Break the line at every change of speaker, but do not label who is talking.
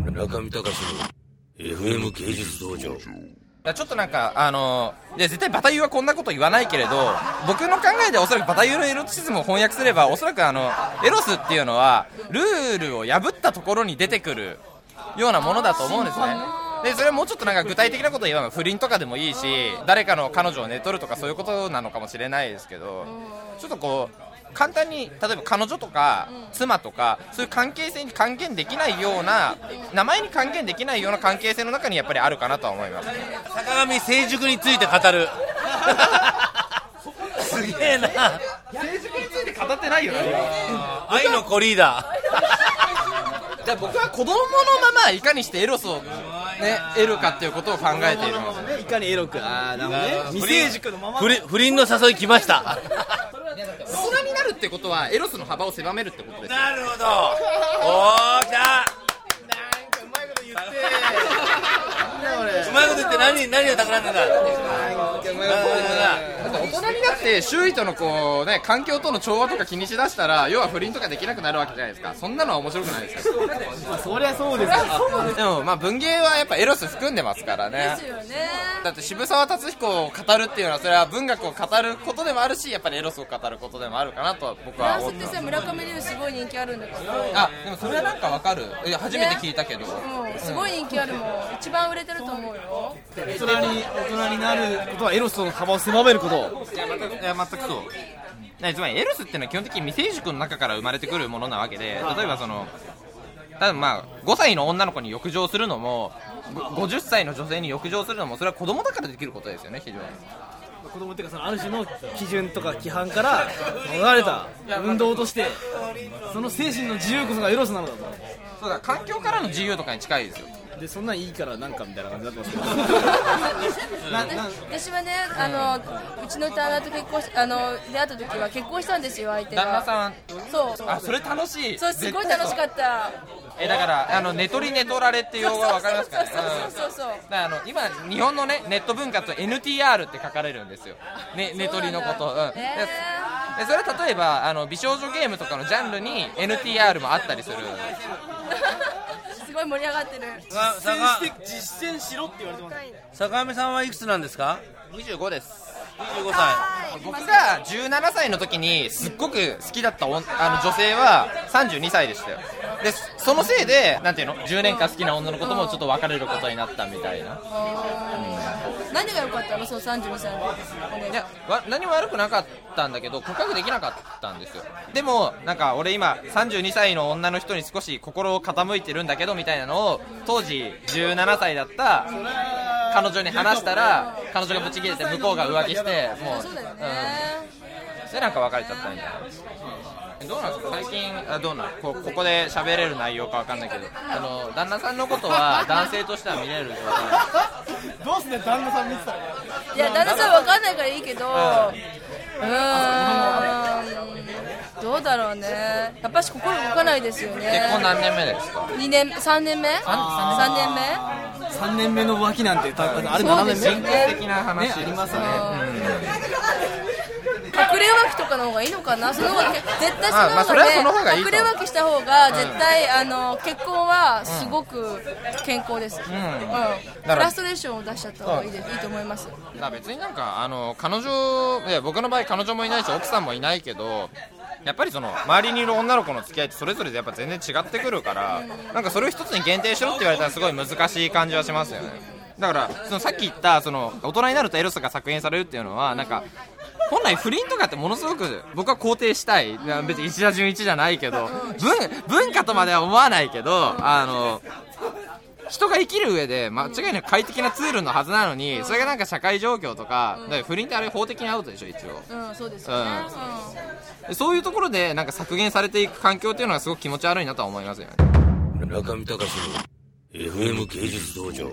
村上隆の FM 芸術道場
ちょっとなんか、あのーいや絶対バタユーはこんなこと言わないけれど、僕の考えでおそらくバタユーのエロチズムを翻訳すれば、おそらくあの、エロスっていうのは、ルールを破ったところに出てくるようなものだと思うんですね。で、それはもうちょっとなんか具体的なこと言えば、不倫とかでもいいし、誰かの彼女を寝取るとかそういうことなのかもしれないですけど、ちょっとこう、簡単に、例えば彼女とか妻とか、そういう関係性に還元できないような、名前に還元できないような関係性の中にやっぱりあるかなとは思います。
坂上成熟について語るすげえな
語ってないよ
愛の子リーダー
じゃあ僕は子供のままいかにしてエロスをね得るかっていうことを考えているんですよ
いかにエロくああなるほどね未成熟のまま
不倫不倫の誘い来ました
大人になるってことはエロスの幅を狭めるってことです
なるほどおーきた うまいこと言って何何を企んでんだ
だって大人になって周囲とのこうね環境との調和とか気にしだしたら要は不倫とかできなくなるわけじゃないですかそんなのは面白くないですよ
まあそりゃそうですよ
でもまあ文芸はやっぱエロス含んでますからね
ですよね
だって渋沢達彦を語るっていうのはそれは文学を語ることでもあるしやっぱりエロスを語ることでもあるかなと僕
フ
は
ラン
思
ス
っ
ってて
ます
さ村上龍すごい人気あるんだけど
あでもそれはなんかわかるいや初めて聞いたけど、
うんすごい人気あるもん一番売れてると思うよ
大人に大人になることはエロスの幅を狭めること
いや全くそうねつまりエロスっていうのは基本的に未成熟の中から生まれてくるものなわけで例えばその多分まあ5歳の女の子に浴場するのもご50歳の女性に浴場するのもそれは子供だからできることですよね非常に
子供っていうかそのある種の基準とか規範から逃れた運動としてその精神の自由こそがエロスなのだと
そうだ環境からの自由とかに近いですよ
でそんなんいいからなんかみたいな感じになってます けど なな
私はねあのうちの旦那と結婚しあの出会った時は結婚したんですよ相手が
旦那さん
そう
あそれ楽しい
そうすごい楽しかった
えだからあの寝取り寝取られっていう用語は分かりますかねうん
そうそうそうそうそう
だからあの今日本のねネット文化と NTR って書かれるんですよ、ね、寝取りのこと、うん
そうなんだ
で
へ
でそれは例えばあの美少女ゲームとかのジャンルに NTR もあったりする
すごい盛り上がってる
さ
実
坂
践して実践しろって言われてます
坂上さんはいくつなんですか
25です
25歳
僕が17歳の時にすっごく好きだったおんあの女性は32歳でしたよでそのせいでなんていうの10年間好きな女の子ともちょっと別れることになったみたいな
何が良かったのその32歳の
いやわ何も悪くなかったんだけど告白できなかったんですよでもなんか俺今32歳の女の人に少し心を傾いてるんだけどみたいなのを当時17歳だった彼女に話したら彼女がブチ切れて向こうが浮気してもう
そうだよね、
うん、でなんか別れちゃったみたいなどうなんですか最近あどうなんこここで喋れる内容かわかんないけどあの旦那さんのことは男性としては見れる状態
どうすね旦那さん見てたら
いや旦那さんわかんないからいいけどうーんどうだろうねやっぱし心動かないですよね
結婚何年目ですか
二年3年目3年目
3年目の浮気なんてたあれ
そう
7
で
年
す
目
よ
ね
ね
的な話
ありますね
隠れ浮気とかの方がいいのかなその方が絶対その方がね、
あまあそれはその方がいいと
隠れ浮気した方が絶対、あの結婚はすごく健康です、うんフラストレーションを出しちゃった方がいいです、いいと思います
だから別になんかあの彼女いや僕の場合彼女もいないし奥さんもいないけどやっぱりその周りにいる女の子の付き合いってそれぞれでやっぱ全然違ってくるからなんかそれを一つに限定しろって言われたらすごい難しい感じはしますよねだからそのさっき言ったその大人になるとエロスが削減されるっていうのはなんか本来不倫とかってものすごく僕は肯定したいいや別に石田純一じゃないけど文文化とまでは思わないけどあの人が生きる上で間違いなく快適なツールのはずなのにそれがなんか社会状況とかだから不倫ってあれ法的にアウトでしょ一応
うんそうですよね、
でそういうところでなんか削減されていく環境っていうのはすごく気持ち悪いなとは思いますよね
村上隆の FM 芸術道場